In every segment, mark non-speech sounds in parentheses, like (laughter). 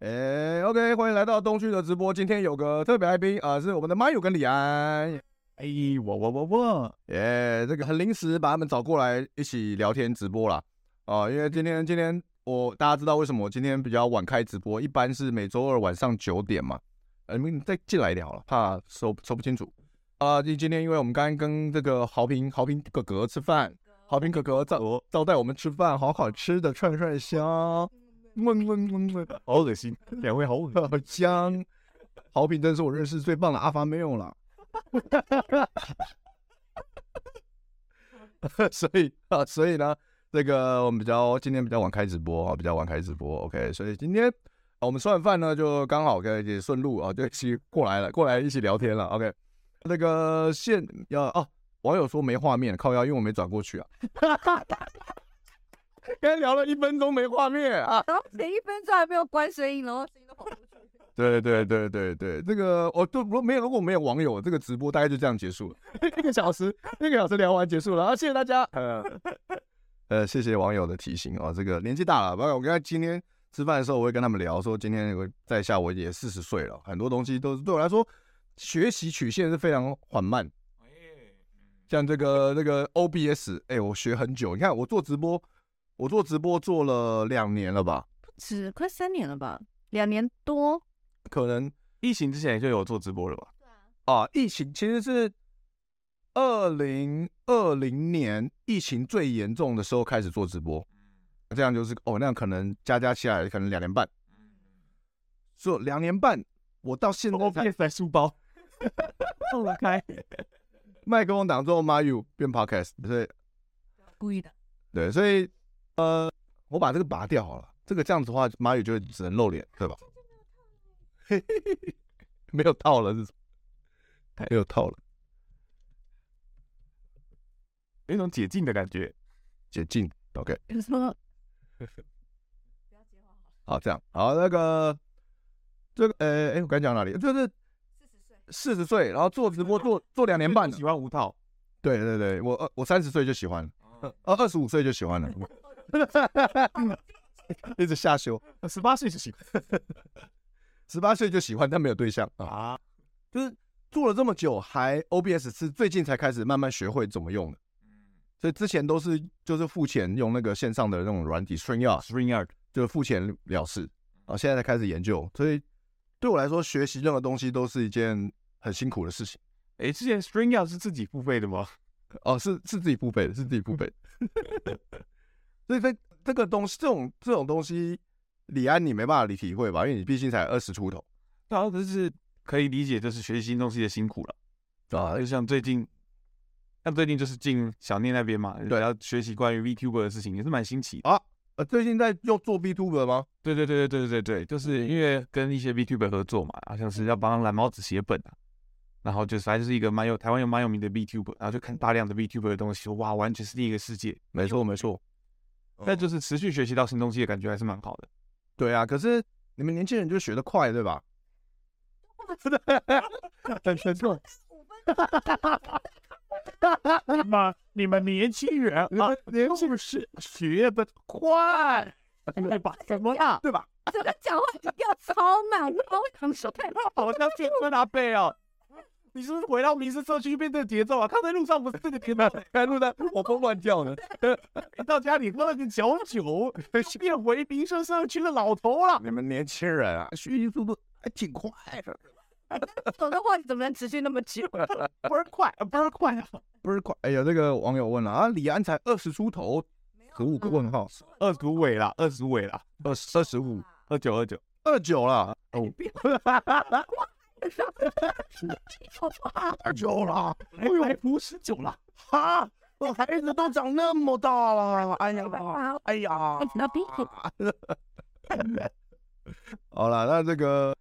哎，OK，欢迎来到东区的直播。今天有个特别来宾啊、是我们的 Mayu 跟李安。哎，我我我我，耶这个很临时把他们找过来一起聊天直播啦。啊、因为今天今天我大家知道为什么我今天比较晚开直播，一般是每周二晚上九点嘛。呃，你们再进来一点好了，怕收收不清楚。啊、今今天因为我们刚刚跟这个豪平豪平哥哥吃饭，豪平哥哥招招待我们吃饭，好好吃的串串香，嗡嗡嗡嗡， (laughs) 好恶心，两位好恶心。好香。豪平真是我认识最棒的阿发没有了。 (laughs) 所以 (laughs) 啊，所以呢，这个我们比较今天比较晚开直播啊，比较晚开直播。OK，所以今天、啊我们吃完饭呢，就刚好跟也顺路啊，就一起过来了，过来一起聊天了。OK，那个现要哦、网友说没画面，靠腰，因为我没转过去啊。 (laughs) 刚才聊了一分钟没画面啊。然后前一分钟还没有关声音，然后声音都跑出去。对对对对对，这个我就如果没有如果没有网友，这个直播大概就这样结束了，一个小时一个小时聊完结束了啊，谢谢大家，呃 (laughs) 呃，谢谢网友的提醒哦，这个年纪大了，包括我跟他今天吃饭的时候，我会跟他们聊说，今天我在下我也四十岁了，很多东西都是对我来说学习曲线是非常缓慢，像这个这个 OBS，哎、我学很久，你看我做直播，我做直播做了两年了吧，只快三年了吧，两年多。可能疫情之前就有做直播了吧？啊，疫情其实是二零二零年疫情最严重的时候开始做直播，这样就是哦，那样可能加加起来可能两年半，做两年半，我到现在我才变在哦 (laughs) 书包，放不开。麦克风挡住 Mayu 变 Podcast，所以故意的，对，所以呃，我把这个拔掉好了，这个这样子的话，Mayu 就只能露脸，对吧？ (laughs) 没有套了是什么？没有套了，有一种解禁的感觉。解禁，OK。 (laughs) 有什么？好，这样好，那个这个呃，哎，我刚讲哪里？就是四十岁，然后做直播做做两年半了喜。欢无套，对对对，我呃我三十岁就喜欢了， (laughs) 呃二十五岁就喜欢了， (laughs) 一直下修，十八岁就行 (laughs) 十八岁就喜欢，但没有对象啊。啊。就是做了这么久，还 OBS 是最近才开始慢慢学会怎么用的，所以之前都是就是付钱用那个线上的那种软体 StreamYard。 String Art，就是付钱了事啊，现在才开始研究，所以对我来说，学习任何东西都是一件很辛苦的事情。哎，之前 String Art 是自己付费的吗？哦，是是自己付费的，是自己付费的。 (laughs) 所以这这个东西，这种这种东西，李安你没办法理体会吧，因为你毕竟才二十出头 (laughs) 对啊，就是可以理解，就是学习新东西的辛苦了。啊就像最近，像最近就是进小念那边嘛，对要学习关于 VTuber 的事情，也是蛮新奇的。啊！呃，最近在用做 B Tuber 吗？对对对对对对对，就是因为跟一些 VTuber 合作嘛，好像是要帮蓝猫子写本啊，然后就是还是一个蛮有台湾有蛮有名的 VTuber，然后就看大量的 VTuber 的东西，哇，完全是另一个世界。没错没错，但就是持续学习到新东西的感觉还是蛮好的。对啊。可是你们年轻人就学得快，对吧？很沉重，妈，你们年轻人啊，连是不是学得快？对吧？怎么样？对吧？这个讲话语调超慢，然后他们手太慢。好像变昆阿贝哦。你是不是回到民生社区变这个节奏啊？他在路上不是这个节奏，啊看路在我疯乱叫呢。一到家里喝了个小酒，变回民生社区的老头了。 (laughs) 你们年轻人啊，学习速度还挺快的。否则话你怎么能持续那么久？啊 (laughs) 倍儿快，倍儿快啊！不是快，哎呀，这个网友问了啊，李安才二十出头，十五个问号，二十五尾啦，二十五尾啦，二二十五二九二九，二九了，哦，二九了，哎呦，还不十九了，哈，我孩子都长那么大了，哎呀，哎呀， It's not big. 好了，那这个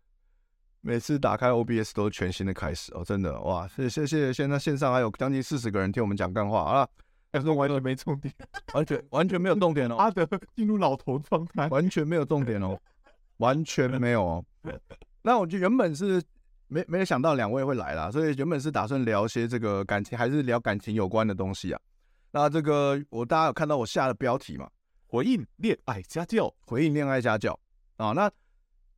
每次打开 OBS 都是全新的开始哦，真的哇！谢谢谢谢，现在线上还有将近四十个人听我们讲干话啊，但是完全没重点。完全完全没有重点哦，阿德进入老头状态， (laughs) 完全没有重点 (laughs) 哦，完全没有哦。那我就原本是没没有想到两位会来啦，所以原本是打算聊些这个感情，还是聊感情有关的东西啊。那这个我大家有看到我下的标题嘛？回应恋爱家教，回应恋爱家教啊。那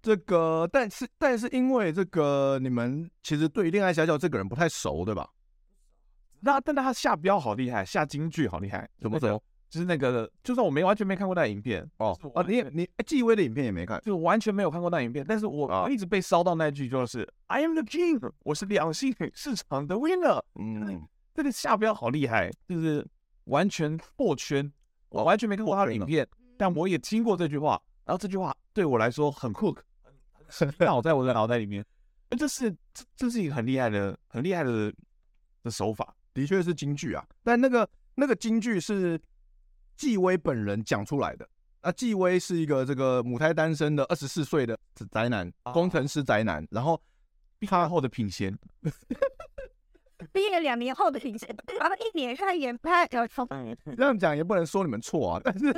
这个，但是但是因为这个，你们其实对恋爱家教这个人不太熟，对吧？那但他下标好厉害，下京剧好厉害，怎么那个熟？就是那个，就算我没完全没看过那影片哦就是我啊，你也你哎纪薇的影片也没看就完全没有看过那影片，但是我啊我一直被烧到那句就是 I am the king，我是两性市场的 winner。 (laughs) 嗯，这个下标好厉害，就是完全破圈，我完全没看过他的影片，但我也听过这句话，然后这句话对我来说很 hook，很很脑在我的脑袋里面，呃这是这这是一个很厉害的很厉害的的手法，的确是京剧啊，但那个那个京剧是纪薇本人讲出来的。那纪薇是一个这个母胎单身的二十四岁的宅男，工程师宅男，然后他后的品贤，毕业两年后的评审，然后一年看研拍，然后从这样讲也不能说你们错啊，但是，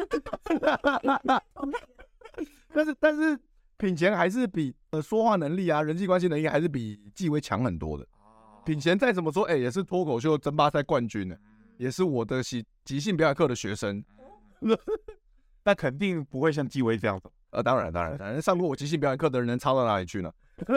但是但是品贤还是比呃说话能力啊、人际关系能力还是比纪薇强很多的。品贤再怎么说，哎、也是脱口秀争霸赛冠军呢、也是我的喜即兴表演课的学生。但肯定不会像纪薇这样子。呃，当然当然，当然上过我即兴表演课的人能差到哪里去呢？ (laughs)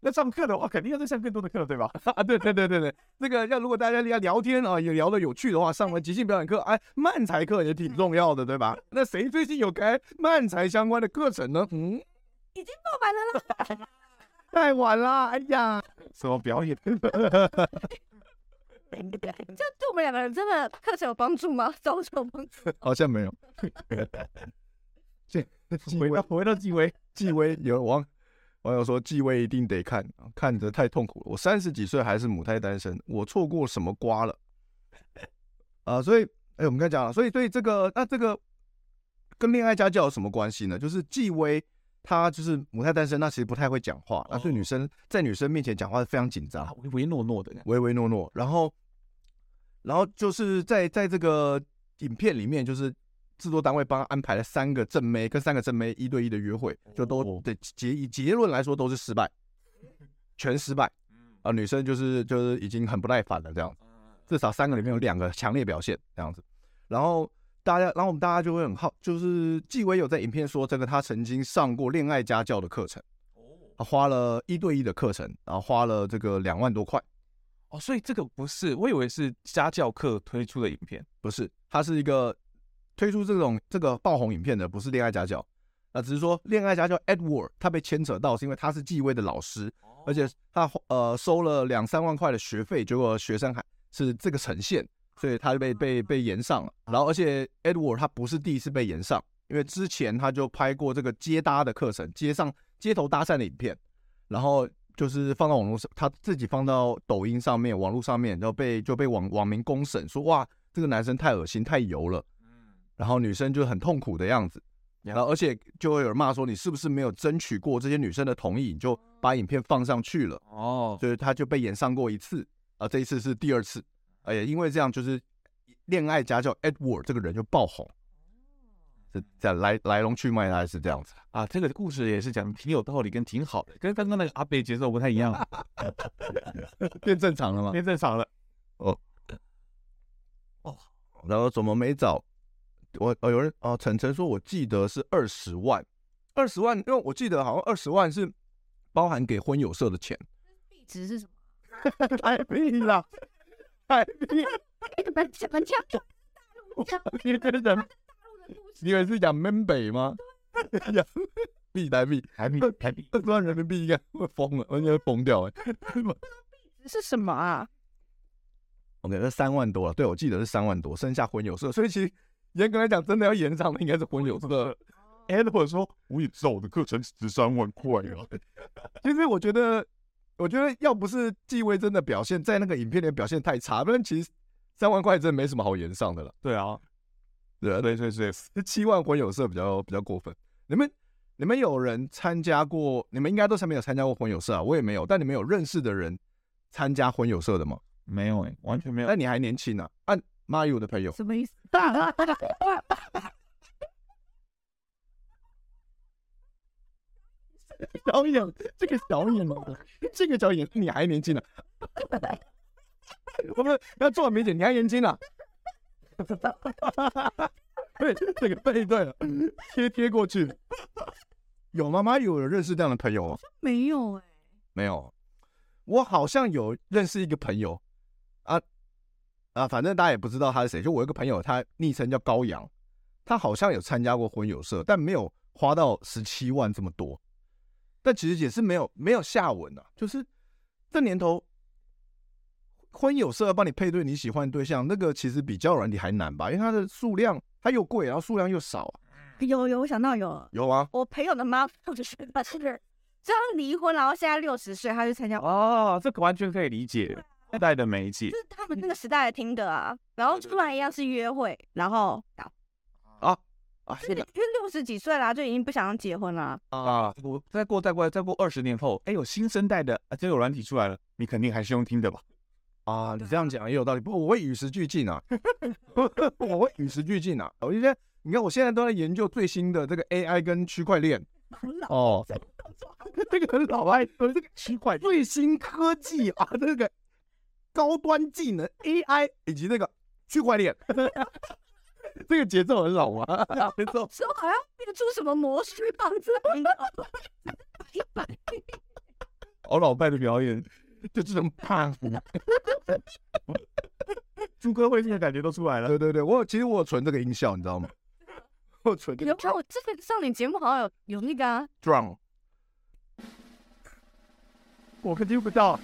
那上课的哦话肯定要再上更多的课，对吧？啊， (laughs) 对对对对对，这个要如果大家要聊天啊，也聊得有趣的话，上完即兴表演课，哎，漫才课也挺重要的，对吧？那谁最近有开漫才相关的课程呢？嗯， (laughs) 已经爆满了啦。太晚啦，哎呀。什么表 (laughs) 演？这样对我们两个人真的课程有帮助吗？招有帮助？好像没有。这纪回薇到，回到纪薇，纪薇有网网友说纪薇一定得看，看着太痛苦了。我三十几岁还是母胎单身，我错过什么瓜了？啊、所以哎、我们刚才讲了，所以所以这个那这个跟恋爱家教有什么关系呢？就是纪薇她就是母胎单身，那其实不太会讲话，那对女生在女生面前讲话是非常紧张啊，，唯唯诺诺的感觉。唯唯诺诺，然后，然后就是在在这个影片里面，就是制作单位帮他安排了三个正妹跟三个正妹一对一的约会，就都哦对结以结论来说都是失败，全失败嗯啊、女生就是就是已经很不耐烦了这样子，至少三个里面有两个强烈表现这样子，然后。大家，然后我们大家就会很好，就是纪薇有在影片说，这个她曾经上过恋爱家教的课程，哦她花了一对一的课程，然后花了这个两万多块，哦，所以这个不是，我以为是家教课推出的影片。不是，它是一个推出这种这个爆红影片的，不是恋爱家教。啊，只是说恋爱家教 Edward 他被牵扯到，是因为他是纪薇的老师，而且他花呃收了两三万块的学费，结果学生还是这个呈现，所以他就被被被延上了。然后而且 Edward 他不是第一次被延上，因为之前他就拍过这个接搭的课程，街上街头搭讪的影片，然后就是放到网络上，他自己放到抖音上面、网络上面，然后被就被网网民公审说哇，这个男生太恶心、太油了。然后女生就很痛苦的样子，然后而且就会有人骂说你是不是没有争取过这些女生的同意，你就把影片放上去了。哦，就是他就被演上过一次啊，这一次是第二次，哎呀，因为这样就是恋爱家教 Edward 这个人就爆红，这这样来来龙去脉大概是这样子。啊，这个故事也是讲得挺有道理，跟挺好的，跟刚刚那个阿贝节奏不太一样，啊变正常了吗？变正常了。然后怎么没找我？哦，有人哦，晨晨说我记得是二十万，二十万，因为我记得好像二十万是包含给婚友社的钱。壁纸是什么？太屁了，太屁！你们怎么这样？你这个人，你以为是养门北吗？ (laughs) 养币台币，台币，台币，二十万人民币应该会疯了，完全会疯掉哎、是什么啊？ OK，那三万多了，对我记得是三万多，剩下混有色，所以其实严格来讲，真的要延长的应该是婚友社。哎 Edward 说：“我也知道我的课程十三万块啊， (laughs) 其实我觉得，我觉得要不是纪薇真的表现在那个影片里面表现太差，不然其实三万块真的没什么好延上的了。对啊，对啊，对对对，这七万婚友社比较比较过分。你们你们有人参加过？你们应该都是没有参加过婚友社啊，我也没有。但你们有认识的人参加婚友社的吗？没有哎、完全没有。但你还年轻呢、啊。按马友的朋友，什么意思？小影，这个小影，这个小影，你还年轻呢、我们要做明显，你还年轻呢、 (laughs) 对，这个背对了，贴贴过去。有妈妈有认识这样的朋友哦？没有哎、没有，我好像有认识一个朋友啊啊，反正大家也不知道他是谁。就我有一个朋友，他昵称叫高阳，他好像有参加过婚友社，但没有花到十七万这么多。但其实也是没有没有下文啊，就是这年头，婚友社要帮你配对你喜欢的对象，那个其实比交友软体还难吧，因为它的数量它又贵，然后数量又少、啊。有有，我想到有，有啊，我朋友的妈妈就是她是，这样离婚，然后现在六十岁，她去参加，哦，这个完全可以理啊解，那代的媒介就是他们那个时代的听的啊，然后出来一样是约会，然后啊，哎啊因为六十几岁啦，啊就已经不想结婚啦，啊！我再过再过再过二十年后，哎，有新生代的啊，交友软体出来了，你肯定还是用听的吧？啊，你这样讲也有道理，不过我会与时俱进 (laughs) 啊，我会与时俱进啊。我就觉得，你看我现在都在研究最新的这个 AI 跟区块链哦，这个老外说这个区块链最新科技啊，这个高端技能 AI 以及那个区块链， (laughs) 这个节奏很老啊，节奏之后好像变出什么啊魔术 (laughs) 棒子，我老拜的表演，就这种胖。 (laughs) 朱哥会现的感觉都出来了。对对对，我有其实我有存这个音效，你知道吗？我有存这个有我之前上你节目好像有有那个、啊， drum，我可听不到，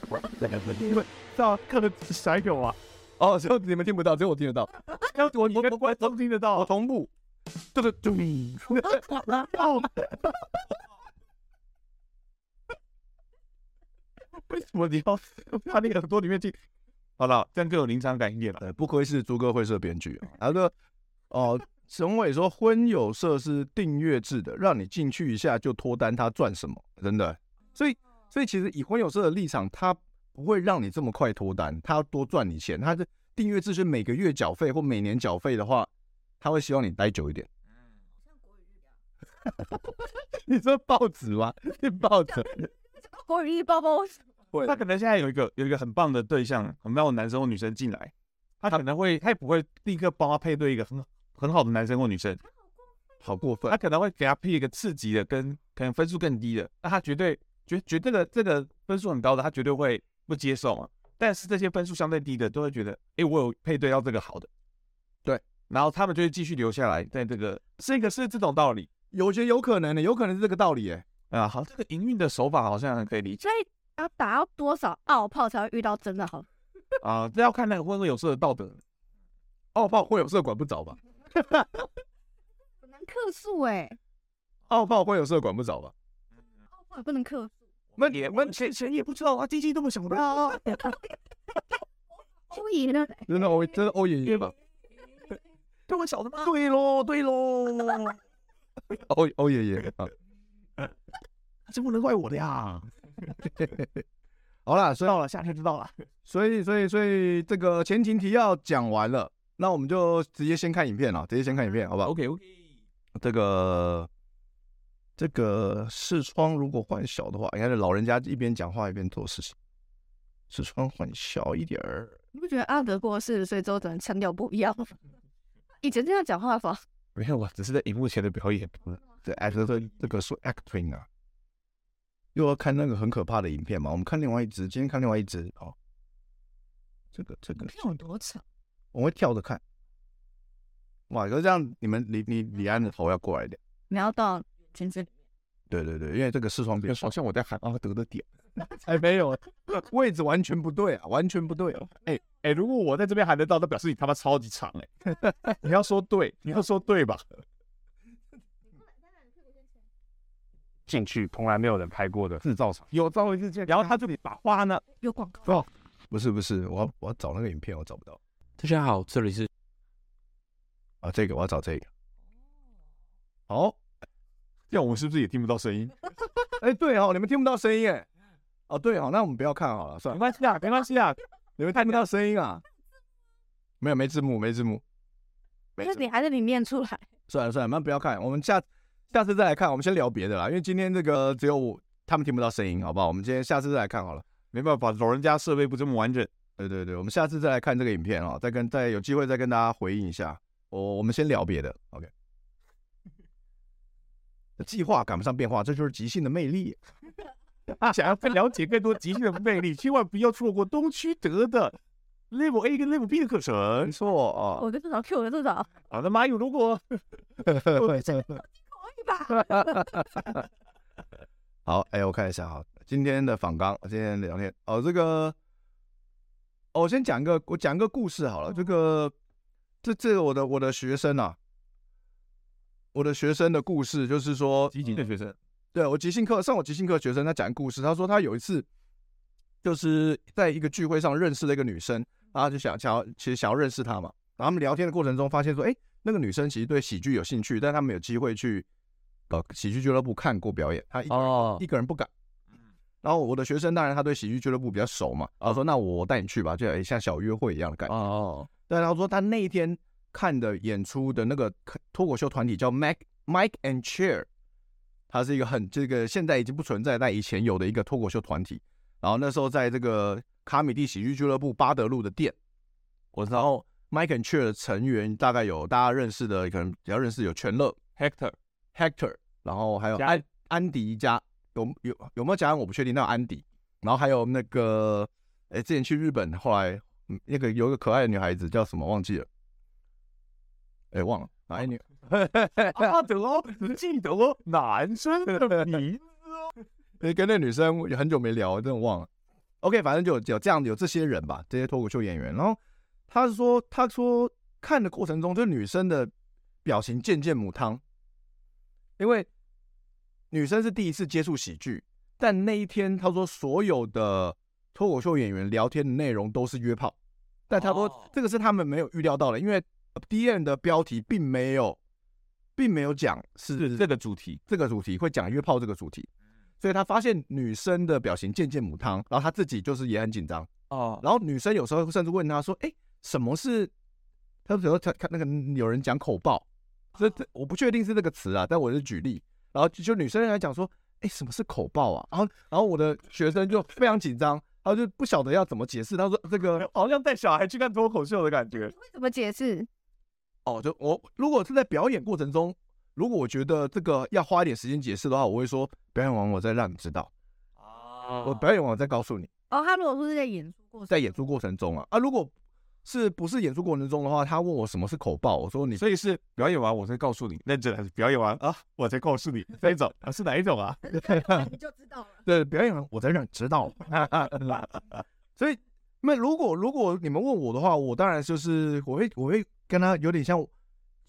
因为到看的甩狗啊，哦，只有你们听不到，只有我听得 (laughs) 到。我我你跟观众听得到我，同步，就是咚，为什么你要他那个耳朵里面进？好了，这样更有临场感一点了。呃，不愧是朱哥会社编剧啊。他说，哦，陈伟说婚友社是订阅制的，让你进去一下就脱单，他赚什么？真的，所以所以其实以婚友社的立场，他不会让你这么快脱单，他要多赚你钱。他的订阅制是每个月缴费或每年缴费的话，他会希望你待久一点。你说报纸吗？是报纸。国语日报帮我会他可能现在有一个有一个很棒的对象，很棒的男生或女生进来，他可能会他也不会立刻帮他配对一个很很好的男生或女生，好过分他。可能会给他配一个刺激的，跟可能分数更低的，那他绝对绝绝对的这个分数很高的，他绝对会不接受嘛。但是这些分数相对低的，都会觉得，哎，我有配对到这个好的，对，然后他们就会继续留下来，在这个这个是这种道理有些有可能的，有可能是这个道理哎、啊。好，这个营运的手法好像可以理解所以要打到多少奥炮才会遇到真的好？啊，这要看那个婚婚有色的道德。奥炮婚友社管不着吧？很难克数哎、奥炮婚友社管不着吧？奥炮也不能克数，那也问谁谁也不知道啊，经济这么小的啊，输赢呢？真的欧，真的欧爷爷吧？这么小的吗？对喽，对喽，欧欧爷爷啊！ (laughs) 这不能怪我的呀。 (laughs) 好啦，所以到了，下车知道了。所以所以所以这个前情提要讲完了，那我们就直接先看影片了，直接先看影片，好吧 OK OK，这个这个视窗如果换小的话，你看这老人家一边讲话一边做事情，视窗换小一点儿。你不觉得阿德过四十岁之后，整个腔调不一样吗？以前这样讲话法， (laughs) 没有啊，只是在荧幕前的表演。这 actor 这个说 acting 啊，又要看那个很可怕的影片嘛。我们看另外一支，今天看另外一支哦。这个这个有多长？我会跳着看。哇，就这样，你们离你李安的头要过来一点。你要到圈子里对对对，因为这个视窗比较好像我在喊阿德的点，才没有，位置完全不对啊，完全不对、啊。哎、哎、如果我在这边喊得到，那表示你他妈超级长哎、 (laughs) 你要说对，你要说对吧？进去从来没有人拍过的制造厂，有照一次然后他就把花呢，有广告。不是不是，我要我要找那个影片，我找不到大家好，这里是啊，这个我要找这个。好，这哦样我们是不是也听不到声音？哎、对哦，你们听不到声音哎。哦，对哦，那我们不要看好了，算没了，关系啊，没关系啊，你们听不到声音啊？没有，没字幕，没字幕，没那字幕你还是你念出来。算了算了，那不要看，我们下下次再来看，我们先聊别的啦，因为今天这个只有我他们听不到声音，好不好？我们今天下次再来看好了。没办法，老人家设备不这么完整。对对对，我们下次再来看这个影片哦，再跟再有机会再跟大家回应一下。我我们先聊别的，OK。计划赶不上变化，这就是即兴的魅力。 (laughs) 想要更了解更多即兴的魅力，千万不要错过东区德的 Level A 跟 Level B 的课程没。错哦，我的多少 Q 我的多少，好的，马友如 (laughs) 果可以吧？好，哎，我看一下哈，今天的访纲，今天的聊天哦，这个，哦，我先讲一个，我讲一个故事好了。这个，这这我的我的学生啊，我的学生的故事就是说，集锦的学生，对我即兴课上我即兴课的学生，他讲一个故事，他说他有一次就是在一个聚会上认识了一个女生，然后就想想要其实想要认识她嘛，然后他们聊天的过程中发现说，哎，那个女生其实对喜剧有兴趣，但他们有机会去呃喜剧俱乐部看过表演，他一个人哦一个人不敢。然后我的学生当然他对喜剧俱乐部比较熟嘛，然后说那我带你去吧，就哎像小约会一样的感觉。哦，但他说他那一天看的演出的那个脱口秀团体叫 Mike Mike and Chair，它是一个很这个现在已经不存在，但以前有的一个脱口秀团体。然后那时候在这个卡米蒂喜剧俱乐部巴德路的店，我然后 Mike and Chair 的成员大概有大家认识的，可能比较认识有全乐 Hector Hector，然后还有加安安迪加有有有没有加安我不确定，那有安迪，然后还有那个哎之前去日本，后来嗯，那个有一个可爱的女孩子叫什么忘记了，哎、忘了，哪一女？阿德记得哦男生的名，哎跟那女生有很久没聊，真的忘了。OK，反正就有有这样有这些人吧，这些脱口秀演员。然后他是说，他说看的过程中，这女生的表情渐渐母汤，因为女生是第一次接触喜剧，但那一天他说所有的脱口秀演员聊天的内容都是约炮，但他说哦这个是他们没有预料到的，因为 D N 的标题并没有，并没有讲是这个主题嗯这个主题，会讲约炮这个主题，所以他发现女生的表情渐渐母汤，然后他自己就是也很紧张，哦，然后女生有时候甚至问他说：“哎，什么是？”他比如说他看那个有人讲口爆，这哦这我不确定是这个词啊，但我是举例。然后就就女生来讲说：“哎，什么是口爆啊？”然后然后我的学生就非常紧张，他就不晓得要怎么解释。他说：“这个好像带小孩去看脱口秀的感觉。为什么解释？哦，就我如果是在表演过程中，如果我觉得这个要花一点时间解释的话，我会说表演完我再让你知道，哦我表演完我再告诉你，哦，他如果说是在演出过程，在演出过程中啊啊，如果是不是演出过程中的话，他问我什么是口爆，我说你所以是表演完我再告诉你，认真还是表演完啊我再告诉你那一种啊是哪一种啊？ (laughs) 你就知道了。对表演完我再让你知道， (laughs) 所以那如果如果你们问我的话，我当然就是我会我会跟他有点像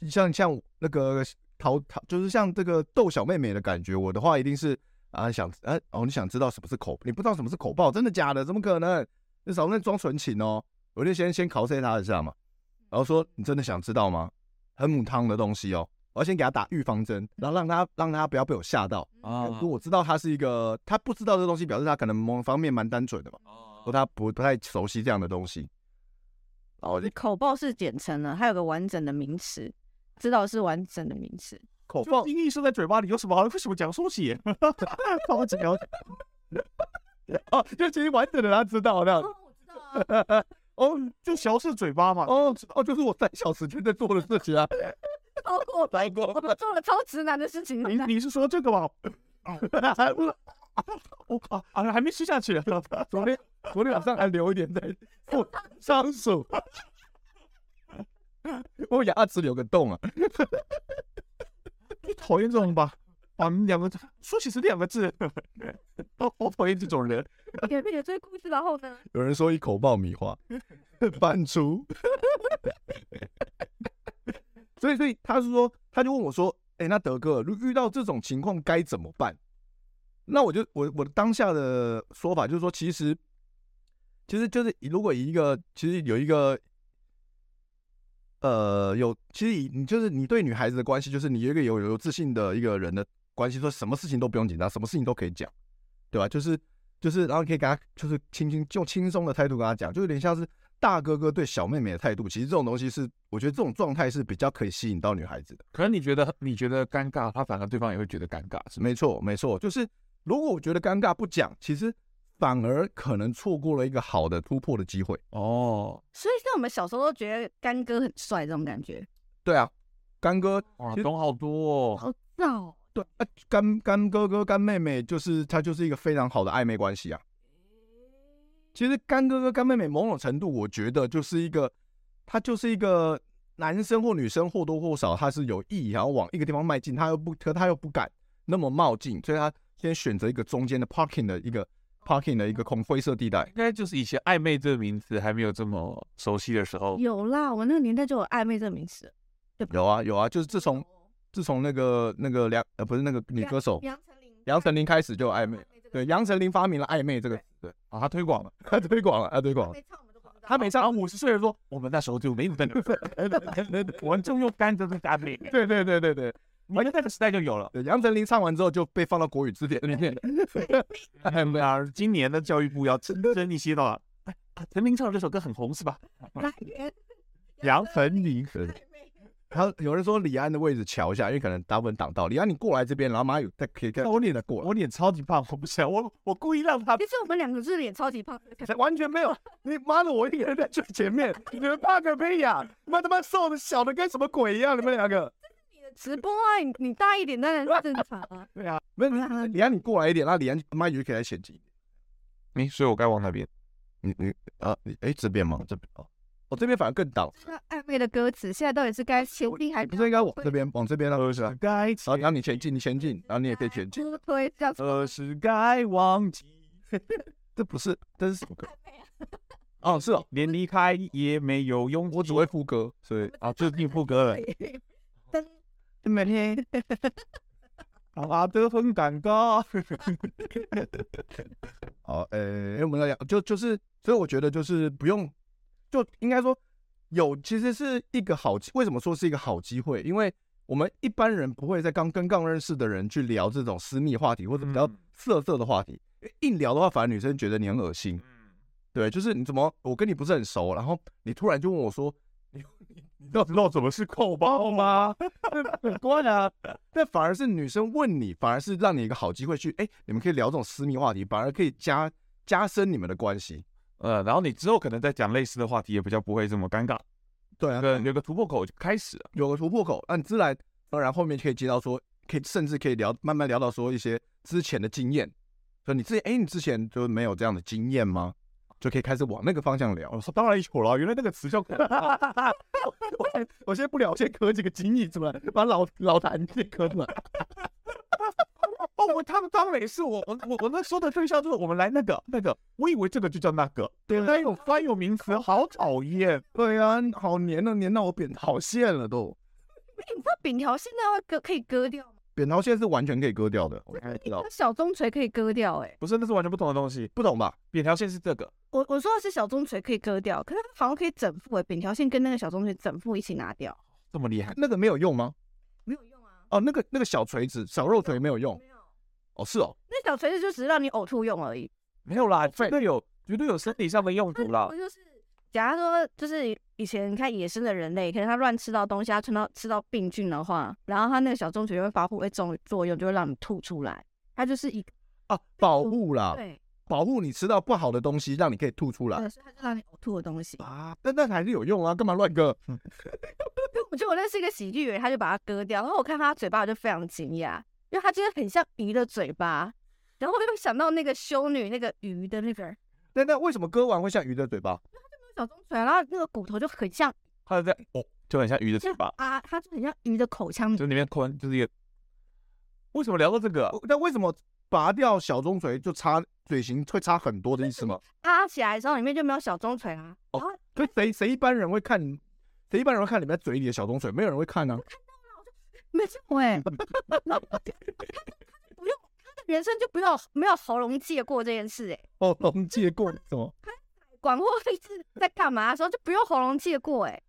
像像那个淘淘，就是像这个逗小妹妹的感觉。我的话一定是啊想啊哦，你想知道什么是口，你不知道什么是口爆，真的假的？怎么可能？你少在那装纯情哦！我就先先 cos 他一下嘛，然后说你真的想知道吗？很母汤的东西哦，我要先给他打预防针，然后让他让他不要被我吓到。啊嗯如果我知道他是一个他不知道这东西，表示他可能某方面蛮单纯的嘛。哦或他不不太熟悉这样的东西。然后我就口爆是简称呢，它有个完整的名词，知道是完整的名词。口就爆，音译是在嘴巴里有什么好？为什么讲缩写？ (laughs) 好无聊。哦，就其实完整的他知道那样。 (laughs) 哦，就小是嘴巴嘛。啊哦哦，就是我三小时前在做的事情 (laughs) 啊。超过来过， (laughs) 我们做了超直男的事 (laughs) 情。你你是说这个吧？哦 (laughs) 我啊啊，还没吃下去。昨天昨天晚上还留一 (laughs) 点在腹上手，我牙齿有个洞 (laughs) 啊。最讨厌这种吧？啊，两个说起是两个字， (laughs) 我好讨厌这种人。前面有追故事，然后呢？有人说以口爆米花，搬出。所以，所以他是说，他就问我说：“哎、那德哥，如遇到这种情况该怎么办？”那我就我我的当下的说法就是说，其实其实就是以如果以一个其实有一个呃有其实以你就是你对女孩子的关系，就是你有一个有有自信的一个人的关系，说什么事情都不用紧张，什么事情都可以讲，对吧？就是就是，然后你可以跟他就是轻轻用轻松的态度跟他讲，就有点像是大哥哥对小妹妹的态度。其实这种东西是，我觉得这种状态是比较可以吸引到女孩子的。可能你觉得你觉得尴尬，他反而对方也会觉得尴尬，是吗？没错，没错，就是如果我觉得尴尬不讲，其实反而可能错过了一个好的突破的机会。哦， (laughs) 所以像我们小时候都觉得干哥很帅这种感觉，对啊，干哥，哇，其实懂好多、哦，好燥。对啊，干干哥哥干妹妹，就是他就是一个非常好的暧昧关系啊。其实干哥哥干妹妹某种程度，我觉得就是一个，他就是一个男生或女生或多或少，他是有意然后往一个地方迈进，他又不，可他又不敢那么冒进，所以他先选择一个中间的 parking 的一个 parking 的一个空灰色地带应。该就是以前暧昧这个名词还没有这么熟悉的时候，有啦，我们那个年代就有暧昧这个名词。有啊有啊，就是自从自从那个那个梁呃不是那个女歌手杨丞琳，杨丞琳开始就有暧昧，对，杨丞琳发明了暧昧这个词，对，啊，他推广了。啊他推广了，他推广了。唱我们都不知道他每唱五十岁的说，我们那时候就没有那个， (laughs) 我们就用甘蔗跟大饼，对对对对对，你们那个时代就有 (laughs) 了。对杨丞琳唱完之后就被放到国语字典里面。 (laughs) 哎呀，今年的教育部要 (laughs) 真真一些到了。哎啊，陈明唱的这首歌很红是吧？来源杨丞琳，他有人说李安的位置瞧一下，因为可能大部分挡到李安，你过来这边，然后马上有再可以再我脸再过来。我脸超级胖，我不想，我我故意让 (laughs) 他其实我们两个就是脸超级胖，完全没有，你妈的，我一个人在最前面，你们怕个屁呀、妈他妈瘦的小的跟什么鬼一样，你们两个。直播啊，你你大一点当然是正常啊。没有没有，李安你过来一点，那李安他妈有可以来前进。哎、所以我该往哪边？你你啊你哎这边吗？这边哦，我这边反而更挡，那暧昧的歌词现在到底是该前进还不是应该往这边往这边呃那是吧？该然后然后你前进，你前进，然后你也可以前进。出推这样子？何时该忘记？这不是这是什么歌？ (laughs) 哦是哦，连离开也没有勇气。我只会副歌，所以啊，就是进副歌了。噔，(laughs) 每天啊，得很尴尬。好，呃、我们来讲，就就是，所以我觉得就是不用，就应该说有，其实是一个好机。为什么说是一个好机会？因为我们一般人不会在刚跟刚认识的人去聊这种私密话题或者比较嗯色色的话题，一聊的话，反而女生觉得你很恶心。对，就是你怎么我跟你不是很熟，然后你突然就问我说，你你你到底知道什么是扣包 (laughs) 吗？很怪 (laughs) 啊！但反而是女生问你，反而是让你一个好机会去，哎、你们可以聊这种私密话题，反而可以加加深你们的关系。呃，然后你之后可能再讲类似的话题，也比较不会这么尴尬。嗯对啊对，有个突破口就开始了。有个突破口，那你自然而然后面就可以接到说，可以甚至可以聊，慢慢聊到说一些之前的经验，说你之前，哎、你之前就没有这样的经验吗？就可以开始往那个方向聊。我说哦当然有了，原来那个词叫 (laughs) 我先我先不聊，我先咳几个精液，怎么把老老痰先咳出来？哦，我他们当然也是我我我我那说的对象就是我们来那个那个，我以为这个就叫那个，对，那有专有名词，好讨厌。对啊，好黏啊，黏到我扁桃腺了都。你知道饼条现在会割可以割掉吗？扁桃腺是完全可以割掉的，我才知 (laughs) 道，小中锤可以割掉哎、不是，那是完全不同的东西。不懂吧？扁条线是这个，我我说的是小中锤可以割掉，可是它好像可以整副哎、饼条线跟那个小中锤整副一起拿掉，这么厉害，那个没有用吗？没有用啊。哦，那个那个小锤子、小肉锤没有用没有，哦，是哦，那小锤子就只是让你呕吐用而已。没有啦，绝对有绝对有身体上的用途啦我。就是，假如说就是以前你看野生的人类，可能他乱吃到东西，他吃到吃到病菌的话，然后他那个小中锤就会发挥作作用，就会让你吐出来。它就是一个啊，保护啦，对，保护你吃到不好的东西，让你可以吐出来对所以它就让你呕吐的东西。啊，但但还是有用啊，干嘛乱割？ (laughs) 我觉得我认识一个喜剧演员，他就把它割掉，然后我看他嘴巴，我就非常惊讶，因为他真的很像鱼的嘴巴。然后我又想到那个修女那个鱼的那个但但为什么割完会像鱼的嘴巴？小中锤，然后那个骨头就很像它在哦，就很像鱼的嘴 (laughs) 巴，啊，它就很像鱼的口腔。就里面宽就是一 (laughs) 个。为什么聊到这个啊？那为什么拔掉小中锤就差嘴型会差很多的意思吗？哦拉起来的时候里面就没有小中锤啊，然后可是谁谁一般人会看，谁一般人会看你们在嘴里的小东水？没有人会 (laughs) 看啊。没有哎、那我他不用他的人生就不要没有喉咙借过这件事哎、哦，龙借过什么？管过一次在干嘛的时候就不用喉咙借过哎、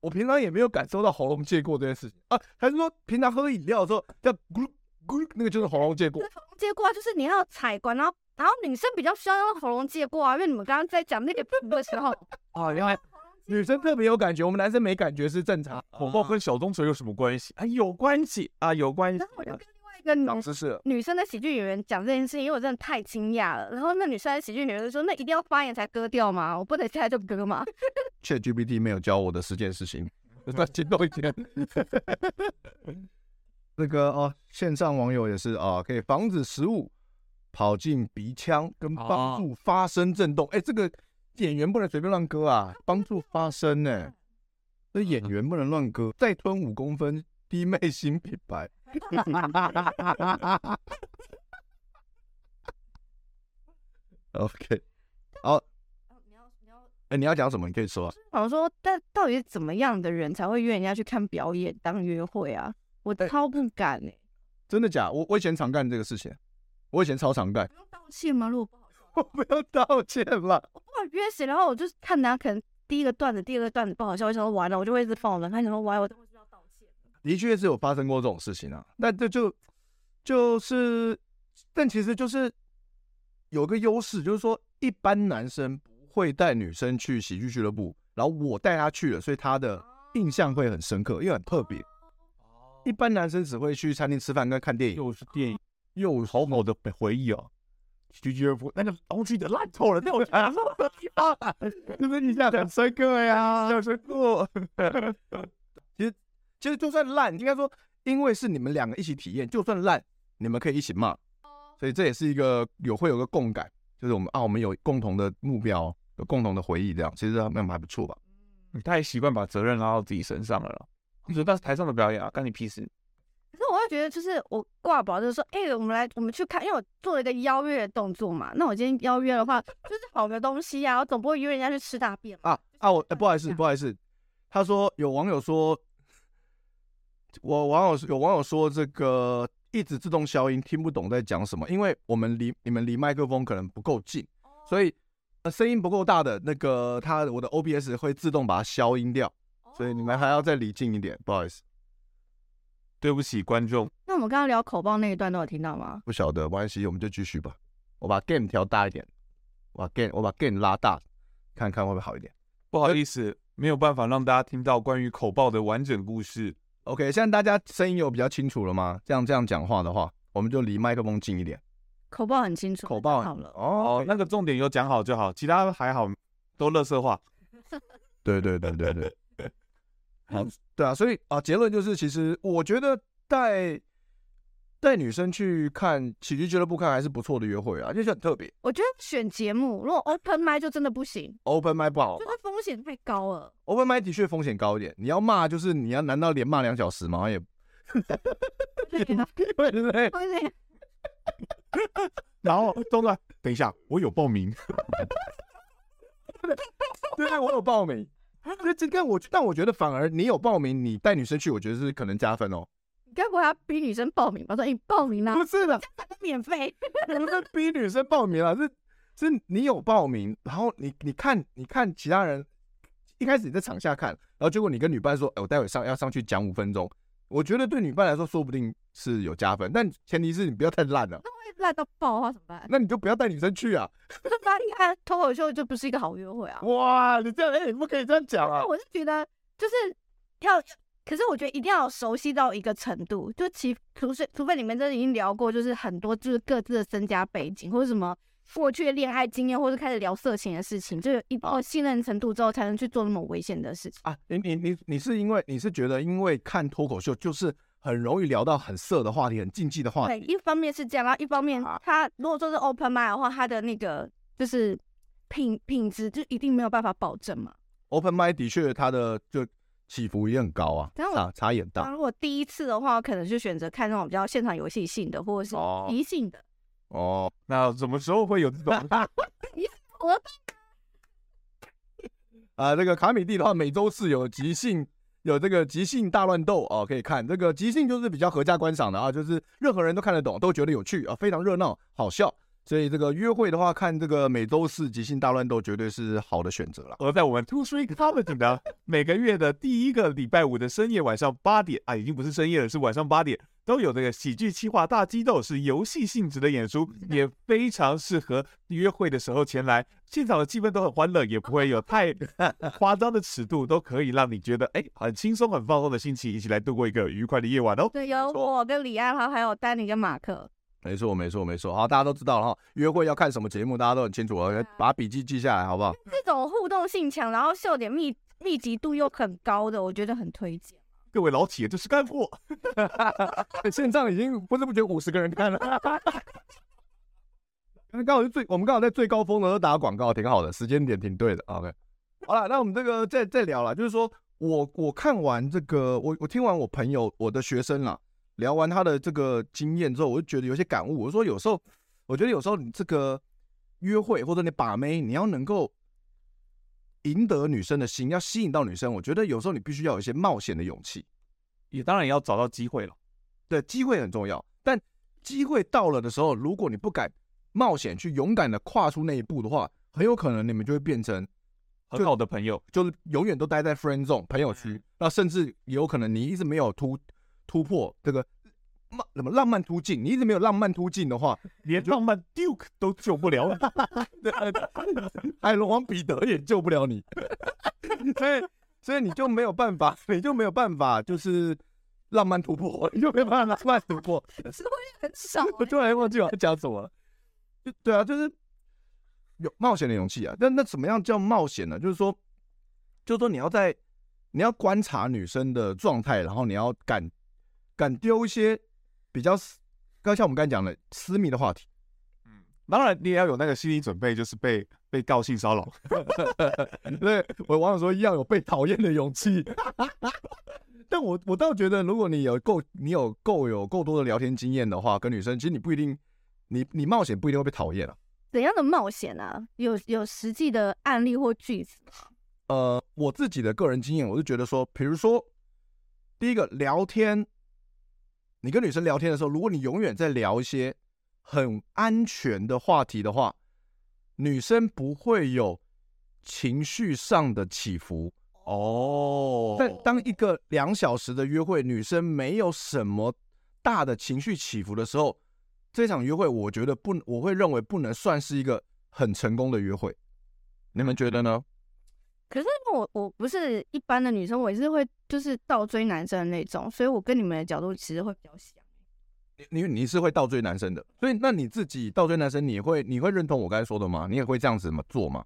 我平常也没有感受到喉咙借过这件事情啊，还是说平常喝饮料的时候要咕噜咕噜，那个就是喉咙借过对，喉咙借过啊，就是你要采管，然后然后女生比较需要用喉咙借过啊，因为你们刚刚在讲那个图的时候，啊，原来女生特别有感觉，我们男生没感觉是正常。啊火爆跟小棕锤有什么关系啊？有关系啊，有关系然后我就跟另外一个女知识了女生的喜剧演员讲这件事情，因为我真的太惊讶了。然后那女生的喜剧演员就说：“那一定要发言才割掉吗？我不能现在就割吗 (laughs) ChatGPT 没有教我的十件事情，那行动一点。那个哦，线上网友也是啊，可以防止食物跑进鼻腔，跟帮助发声震动。哎、这个演员不能随便乱割啊，帮助发声呢、这演员不能乱割，再吞五公分，弟妹新品牌。OK，好、哎、哦你要讲什么？你可以说啊。？”我说：“但到底是怎么样的人才会约人家去看表演当约会啊？我超不敢哎、真的假？我我以前常干这个事情，我以前超常干。不用道歉吗？如果不好笑， (laughs) 我不用道歉了。我不管约谁，然后我就是看他可能第一个段子、第二个段子不好笑，我想说完了，我就会一直放人。他想说完了，我的确是有发生过这种事情啊。那这就就是，但其实就是有个优势，就是说一般男生不会带女生去喜剧俱乐部，然后我带她去了，所以她的印象会很深刻，因为很特别。一般男生只会去餐厅吃饭跟看电影，又是电影，又好好的回忆哦。啊徐俱乐部那个东西的烂透了，那 (laughs) 我啊，就是印象很深刻 (laughs) 呀，很深刻。其实其实就算烂，应该说，因为是你们两个一起体验，就算烂，你们可以一起骂，所以这也是一个有会有个共感，就是我们啊，我们有共同的目标，有共同的回忆，这样其实还蛮还不错吧。你太习惯把责任拉到自己身上了啦。你说那是台上的表演啊，干你屁事！可是我会觉得，就是我挂保就是说，哎、我们来，我们去看，因为我做了一个邀约的动作嘛。那我今天邀约的话，就是好的东西啊，我总不会约人家去吃大便吧？啊啊，我、呃不好意思，嗯不好意思，他说有网友说，我网友有网友说这个一直自动消音，听不懂在讲什么，因为我们离你们离麦克风可能不够近，所以、呃、声音不够大的那个它我的 OBS 会自动把它消音掉，所以你们还要再离近一点，不好意思，对不起，观众，那我们刚刚聊口爆那一段，都有听到吗？不晓得，没关系，我们就继续吧，我把 gain 调大一点，我把 gain 我把 gain 拉大，看看会不会好一点。不好意思，没有办法让大家听到关于口爆的完整故事。 OK，现在大家声音有比较清楚了吗？这样这样讲话的话，我们就离麦克风近一点。口爆很清楚，口爆好了。哦哦，，那个重点有讲好就好，其他还好，都乐色 (laughs) 话。对对对对 (laughs) 对，好，对啊，所以啊，结论就是，其实我觉得带带女生去看喜剧俱乐部看还是不错的约会啊，就是很特别。我觉得选节目，如果 open m i 就真的不行， Open m i 不好就是风险太高了。 ，Open m i 的确风险高一点。你要骂就是你要，难道连骂两小时吗？也对啊会累。会累然后中断，等一下，我有报名。 (laughs) 对，我有报名。这这但我但我觉得反而你有报名，你带女生去，我觉得是可能加分哦。你该不会要逼女生报名吧？说哎你报名啦、不是的，免费。 (laughs) 不是逼女生报名了，啊是是你有报名，然后你你看你看其他人，一开始你在场下看，然后结果你跟女伴说，哎、我待会上要上去讲五分钟，我觉得对女伴来说说不定是有加分，但前提是你不要太烂了、烂到爆啊，怎么办？那你就不要带女生去啊！那发你看脱口秀就不是一个好约会啊。哇，你这样哎、你不可以这样讲啊但！我是觉得就是要，可是我觉得一定要熟悉到一个程度，就其除非除非你们真的已经聊过，就是很多就是各自的身家背景或者什么过去的恋爱经验，或者开始聊色情的事情，就是一定的信任程度之后，才能去做那么危险的事情。啊，你你你你是因为你是觉得因为看脱口秀就是很容易聊到很色的话题、很禁忌的话对，题，一方面是这样，然后一方面他如果说是 open mind 的话，他的那个就是品品质就一定没有办法保证嘛。 Open m i 的确它的就起伏也很高啊，但我差差异很大那。如果第一次的话，可能是选择看那种比较现场游戏性的，或者是哦即兴的。哦， (laughs) 那什么时候会有这种？我啊，这个卡米蒂的话，每周四有即兴有这个即兴大乱斗哦，可以看这个即兴就是比较合家观赏的啊，就是任何人都看得懂，都觉得有趣啊，非常热闹好笑。所以这个约会的话，看这个每周四即兴大乱斗绝对是好的选择了。而在我们 Two Three Comedy 呢，每个月的第一个礼拜五的深夜晚上八点啊，已经不是深夜了，是晚上八点，都有这个喜剧企划大激斗，是游戏性质的演出，也非常适合约会的时候前来。现场的气氛都很欢乐，也不会有太夸张的尺度，都可以让你觉得哎、很轻松、很放松的心情，一起来度过一个愉快的夜晚哦。对，有我跟李安，然后还有丹尼跟马克。没错，没错，没错。好，大家都知道了哈，约会要看什么节目，大家都很清楚哦，把笔记记下来好不好？这种互动性强，然后笑点密密集度又很高的，我觉得很推荐。各位老铁，这是干货。线哎上已经不知不觉五十个人看了。 (laughs) 刚刚好是最，我们刚好在最高峰的时候打广告，挺好的，时间点挺对的。OK，好了，那我们这个再再聊了，就是说我我看完这个，我我听完我朋友我的学生啦，聊完他的这个经验之后，我就觉得有些感悟。我说有时候，我觉得有时候你这个约会或者你把妹，你要能够赢得女生的心，要吸引到女生，我觉得有时候你必须要有一些冒险的勇气。也当然也要找到机会了。对，机会很重要，但机会到了的时候，如果你不敢冒险去勇敢的跨出那一步的话，很有可能你们就会变成很好的朋友，就是永远都待在 friend zone 朋友区，那甚至有可能你一直没有突突破这个浪什么浪漫突进，你一直没有浪漫突进的话，连浪漫 Duke 都救不了你。 (laughs) 海龙王彼得也救不了你，所以所以你就没有办法，你就没有办法就是浪漫突破，你就没办法浪漫突破。很少我突然忘记我要讲什么了。就对啊，就是有冒险的勇气啊。那那怎么样叫冒险呢？就是说，就是说你要在你要观察女生的状态，然后你要敢敢丢一些比较私，刚像我们刚才讲的私密的话题。 (laughs) 当然，你也要有那个心理准备，就是被被告性骚扰。对，我网友说要有被讨厌的勇气。 (laughs) 但我我倒觉得，如果你有够你有够有够多的聊天经验的话，跟女生其实你不一定，你你冒险不一定会被讨厌啊。怎样的冒险啊？有有实际的案例或句子吗？呃，我自己的个人经验，我是觉得说，比如说，第一个聊天，你跟女生聊天的时候，如果你永远在聊一些很安全的话题的话，女生不会有情绪上的起伏。哦但当一个两小时的约会，女生没有什么大的情绪起伏的时候，这场约会我觉得不，我会认为不能算是一个很成功的约会。你们觉得呢？可是我我不是一般的女生，我也是会就是倒追男生的那种，所以我跟你们的角度其实会比较像。你你是会倒追男生的，所以那你自己倒追男生，你会你会认同我刚才说的吗？你也会这样子吗做吗？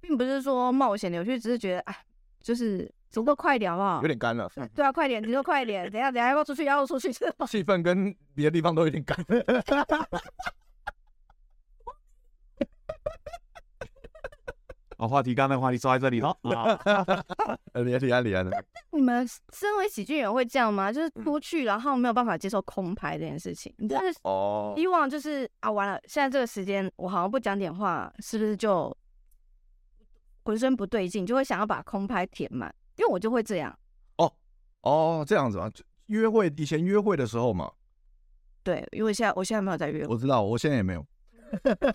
并不是说冒险的，我就只是觉得，哎，就是足够快一点好不好有？点干了，对啊，快点，足够快一点，等一下等一下要不要出去？要不要出去？这种气氛跟别的地方都有点干。好，话题刚才话题抓在这里了。 (laughs) 啊， (laughs) 呃，李安李安李安的， (laughs) 你们身为喜剧演员会这样吗？就是嗯出去然后没有办法接受空拍这件事情，但是哦，以往就是啊，完了，现在这个时间我好像不讲点话，是不是就浑身不对劲，就会想要把空拍填满？因为我就会这样，哦，这样子啊，约会以前约会的时候嘛，对，因为现在我现在没有在约会，我知道，我现在也没有。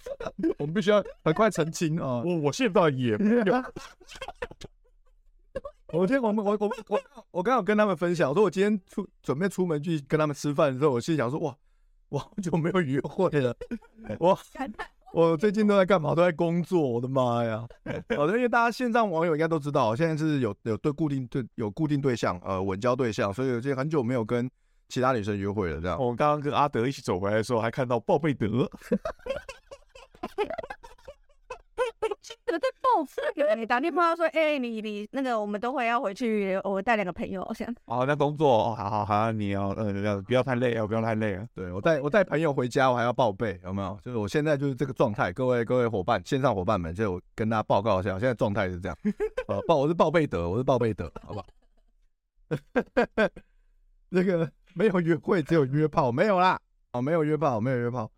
(laughs) 我们必须要很快澄清啊！我我现在也我今天我们我我我我刚好跟他们分享，我说我今天出准备出门去跟他们吃饭的时候，我心里想说哇，我好久没有约会了，我我最近都在干嘛？都在工作，我的妈呀！好的，因为大家线上网友应该都知道，现在是有有对固定对有固定对象，呃，稳交对象，所以我今天很久没有跟其他女生约会了，这样。我们刚刚跟阿德一起走回来的时候，还看到鲍贝德，怎么在报复人？你打电话说，哎、你你那个我们等会要回去，我带两个朋友，我 (laughs) 想好，那工作，哦好好好，你要呃，要不要太累啊，不要太累啊。对我带我带朋友回家，我还要报备，有没有？就是我现在就是这个状态，各位各位伙伴，线上伙伴们，就跟大家报告一下，我现在状态是这样。呃，报我是报备德，我是报备德，好不好？ (laughs) 那个没有约会，只有约炮，没有啦，哦，没有约炮，哦没有约炮。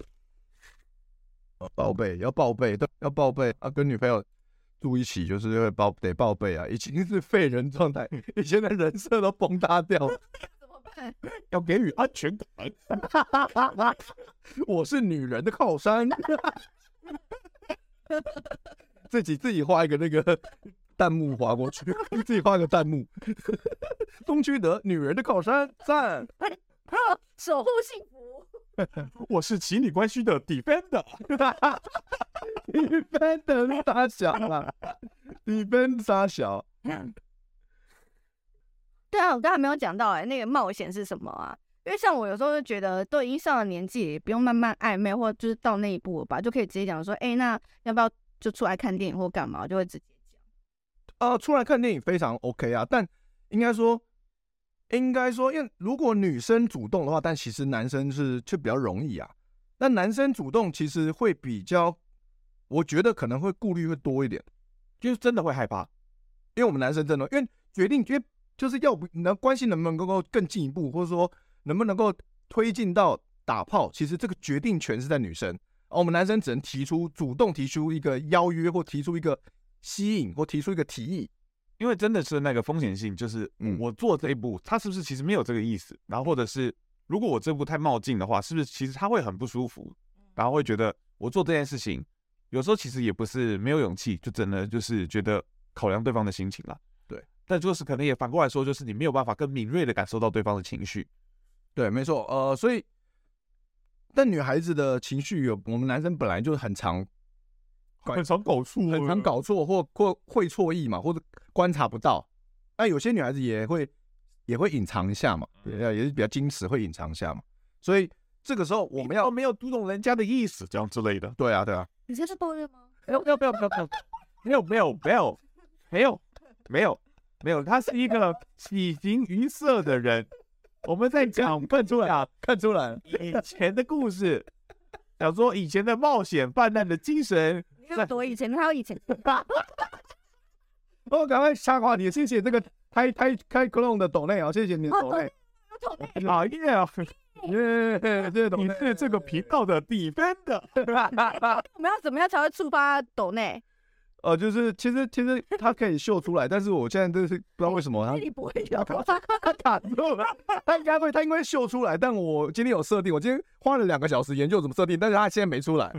呃报备要报备，对，要报备啊，跟女朋友住一起，就是会报得报备啊，已经是废人状态， (laughs) 以前的人设都崩塌掉了。要给予安全感。 (laughs) 我是女人的靠山。 (laughs) 自己自己画一个那个 (laughs) 弹幕划过去， (laughs) 自己画个弹幕。东区德，女人的靠山，赞。啊守护幸福，我是情侣关系的 (laughs) defender，你分的傻小了，你分傻小。对啊，我刚才没有讲到哎、那个冒险是什么啊？因为像我有时候就觉得，都已经上了年纪，也不用慢慢暧昧，或者就是到那一步了吧，就可以直接讲说，哎、那要不要就出来看电影或干嘛？就会直接呃，出来看电影非常 OK 啊，但应该说，应该说，因为如果女生主动的话，但其实男生是却比较容易啊。那男生主动其实会比较，我觉得可能会顾虑会多一点，就是真的会害怕。因为我们男生真的，因为决定，因为就是要不能关系能不能够更进一步，或者说能不能够推进到打炮，其实这个决定权是在女生，而我们男生只能提出主动提出一个邀约，或提出一个吸引，或提出一个提议。因为真的是那个风险性，就是嗯我做这一步，他是不是其实没有这个意思？然后或者是如果我这步太冒进的话，是不是其实他会很不舒服？然后会觉得我做这件事情，有时候其实也不是没有勇气，就真的就是觉得考量对方的心情了。对，但就是可能也反过来说，就是你没有办法更敏锐的感受到对方的情绪。对，没错，呃，所以，但女孩子的情绪有，我们男生本来就很常很常搞错，很常搞错或或会错意嘛，或者观察不到。那有些女孩子也会也会隐藏一下嘛，对啊，也是比较矜持，会隐藏一下嘛。所以这个时候我我们们要要没有读懂人家的意思，这样之类的。对啊，对啊，你这是抱怨吗？没有没有没有没有没有没有没有没有没有没有，他是一个喜形于色的人。我们在讲笨出来看出来了，以前的故事，讲说以前的冒险泛滥的精神。你有多以前，还有以前， (laughs) 我赶快下话题，谢谢这个开开开 clone 的抖内啊，谢谢你的抖内，哎老叶啊， (laughs) 耶，谢谢抖你内，是这个频道的 defender。我们要怎么样才会触发抖内？呃，就是其实其实他可以秀出来，但是我现在就是不知道为什么他那哎你不会要他卡住了，他应该会，他应该秀出来。但我今天有设定，我今天花了两个小时研究怎么设定，但是他现在没出来。